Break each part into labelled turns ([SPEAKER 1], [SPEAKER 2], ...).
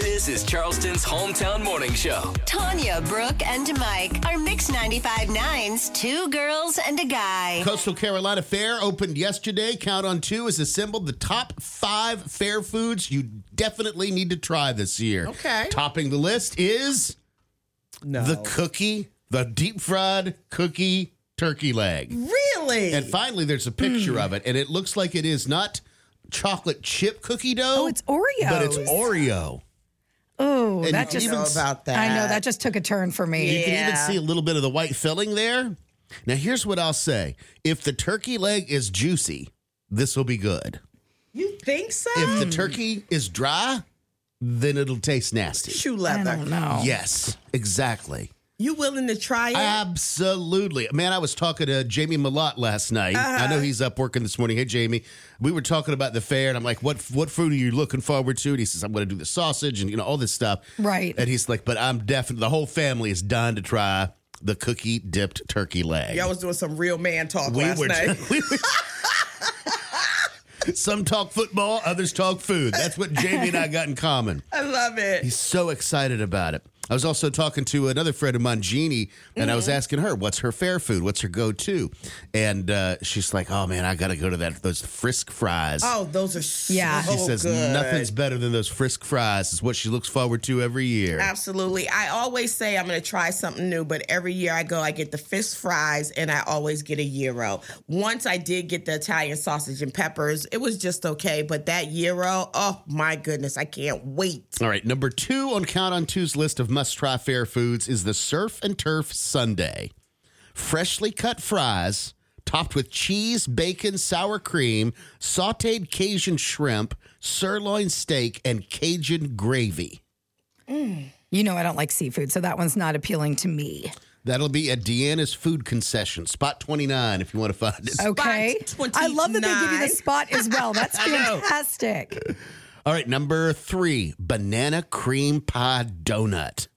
[SPEAKER 1] This is Charleston's hometown morning show.
[SPEAKER 2] Tanya, Brooke, and Mike are Mix 95.9's Two Girls and a Guy.
[SPEAKER 3] Coastal Carolina Fair opened yesterday. Count on Two has assembled the top five fair foods you definitely need to try this year.
[SPEAKER 4] Okay.
[SPEAKER 3] Topping the list is
[SPEAKER 4] No.
[SPEAKER 3] the cookie, the deep fried cookie turkey leg.
[SPEAKER 4] really?
[SPEAKER 3] And finally, there's a picture of it, and it looks like it is not chocolate chip cookie dough.
[SPEAKER 5] Oh, it's Oreos.
[SPEAKER 3] But it's Oreo.
[SPEAKER 5] Oh,
[SPEAKER 3] And
[SPEAKER 5] that
[SPEAKER 3] you
[SPEAKER 5] just.
[SPEAKER 3] can
[SPEAKER 4] know
[SPEAKER 3] even-
[SPEAKER 4] about that.
[SPEAKER 5] I know that just took a turn for me.
[SPEAKER 3] You can even
[SPEAKER 4] Yeah.
[SPEAKER 3] see a little bit of the white filling there. Now, here's what I'll say if the turkey leg is juicy, this will be good.
[SPEAKER 4] You think so?
[SPEAKER 3] If the turkey is dry, then it'll taste nasty.
[SPEAKER 4] Shoe
[SPEAKER 5] I
[SPEAKER 4] leather.
[SPEAKER 5] don't know.
[SPEAKER 3] Yes, exactly.
[SPEAKER 4] You willing to try it?
[SPEAKER 3] Uh, Absolutely. Man, I was talking to Jamie Malott last night. I
[SPEAKER 4] Uh-huh.
[SPEAKER 3] know he's up working this morning. Hey, Jamie. We were talking about the fair, and I'm like, what what food are you looking forward to? And he says, I'm going to do the sausage and, you know, all this stuff.
[SPEAKER 5] Right.
[SPEAKER 3] And he's like, but I'm definitely, the whole family is dying to try the cookie dipped turkey leg.
[SPEAKER 4] Y'all was doing some real man talk last night.
[SPEAKER 3] we were- Some talk football, others talk food. That's what Jamie and I got in common.
[SPEAKER 4] I love it.
[SPEAKER 3] He's so excited about it. I was also talking to another friend of mine, Jeannie, and I was
[SPEAKER 4] Mm-hmm.
[SPEAKER 3] asking her, what's her fair food? What's her go to? And uh, she's like, oh man, I got to go to that those frisk fries.
[SPEAKER 4] Oh, those are so
[SPEAKER 5] Yeah.
[SPEAKER 3] she says,
[SPEAKER 4] good.
[SPEAKER 3] nothing's better than those frisk fries, is what she looks forward to every year.
[SPEAKER 4] Absolutely. I always say I'm going to try something new, but every year I go, I get the fish fries and I always get a gyro. Once I did get the Italian sausage and peppers, it was just okay. But that gyro, oh my goodness, I can't wait.
[SPEAKER 3] All right, number two on Count on Two's list of must try fair foods is the Surf and Turf Sunday. Freshly cut fries topped with cheese, bacon, sour cream, sauteed Cajun shrimp, sirloin steak, and Cajun gravy.
[SPEAKER 5] You know, I don't like seafood, so that one's not appealing to me.
[SPEAKER 3] That'll be at Deanna's Food Concession, spot 29, if you want to find it.
[SPEAKER 5] Okay.
[SPEAKER 4] Spot
[SPEAKER 5] I love that they give you
[SPEAKER 4] 29.
[SPEAKER 5] the spot as well. That's fantastic.
[SPEAKER 3] All right, number three banana cream pie donut.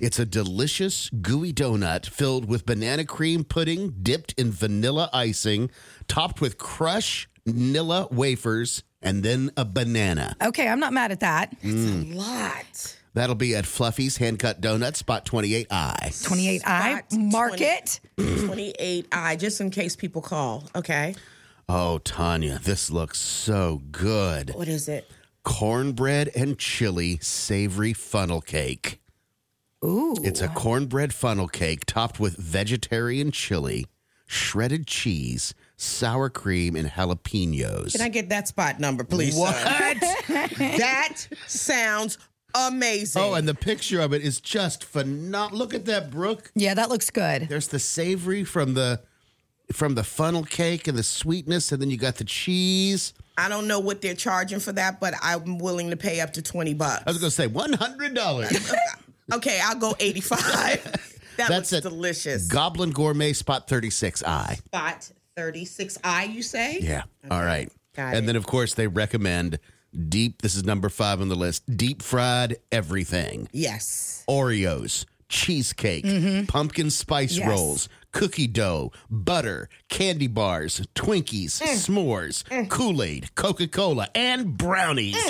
[SPEAKER 3] It's a delicious, gooey donut filled with banana cream pudding dipped in vanilla icing, topped with crushed vanilla wafers, and then a banana.
[SPEAKER 5] Okay, I'm not mad at that.
[SPEAKER 3] Mm.
[SPEAKER 4] A lot.
[SPEAKER 3] That'll be at Fluffy's Hand Cut Donut, spot 28i.
[SPEAKER 5] 28 I
[SPEAKER 4] Spot
[SPEAKER 5] mark
[SPEAKER 4] 20.
[SPEAKER 5] it.
[SPEAKER 4] 28 I, just in case people call. Okay.
[SPEAKER 3] Oh, Tanya, this looks so good.
[SPEAKER 4] What is it?
[SPEAKER 3] Cornbread and chili savory funnel cake.
[SPEAKER 5] Ooh.
[SPEAKER 3] It's a cornbread funnel cake topped with vegetarian chili, shredded cheese, sour cream, and jalapenos.
[SPEAKER 4] Can I get that spot number, please? sir?
[SPEAKER 3] What?
[SPEAKER 4] that sounds amazing.
[SPEAKER 3] oh, and the picture of it is just phenomenal. Look at that, Brooke.
[SPEAKER 5] Yeah, that looks good.
[SPEAKER 3] There's the savory from the from the funnel cake and the sweetness, and then you got the cheese.
[SPEAKER 4] I don't know what they're charging for that, but I'm willing to pay up to 20 bucks.
[SPEAKER 3] I was gonna say one hundred dollars.
[SPEAKER 4] Okay, I'll go 85. that
[SPEAKER 3] That's
[SPEAKER 4] looks
[SPEAKER 3] it.
[SPEAKER 4] delicious.
[SPEAKER 3] Goblin Gourmet Spot Thirty Six I.
[SPEAKER 4] Spot 36i, you say?
[SPEAKER 3] Yeah. All right.
[SPEAKER 4] Got
[SPEAKER 3] and
[SPEAKER 4] it.
[SPEAKER 3] then of course they recommend deep. This is number five on the list. Deep fried everything.
[SPEAKER 4] Yes.
[SPEAKER 3] Oreos, cheesecake,
[SPEAKER 4] Mm-hmm.
[SPEAKER 3] pumpkin spice
[SPEAKER 5] Yes.
[SPEAKER 3] rolls, cookie dough, butter, candy
[SPEAKER 4] Mm.
[SPEAKER 3] bars, Twinkies, s'mores, Kool Aid, Coca Cola, and brownies.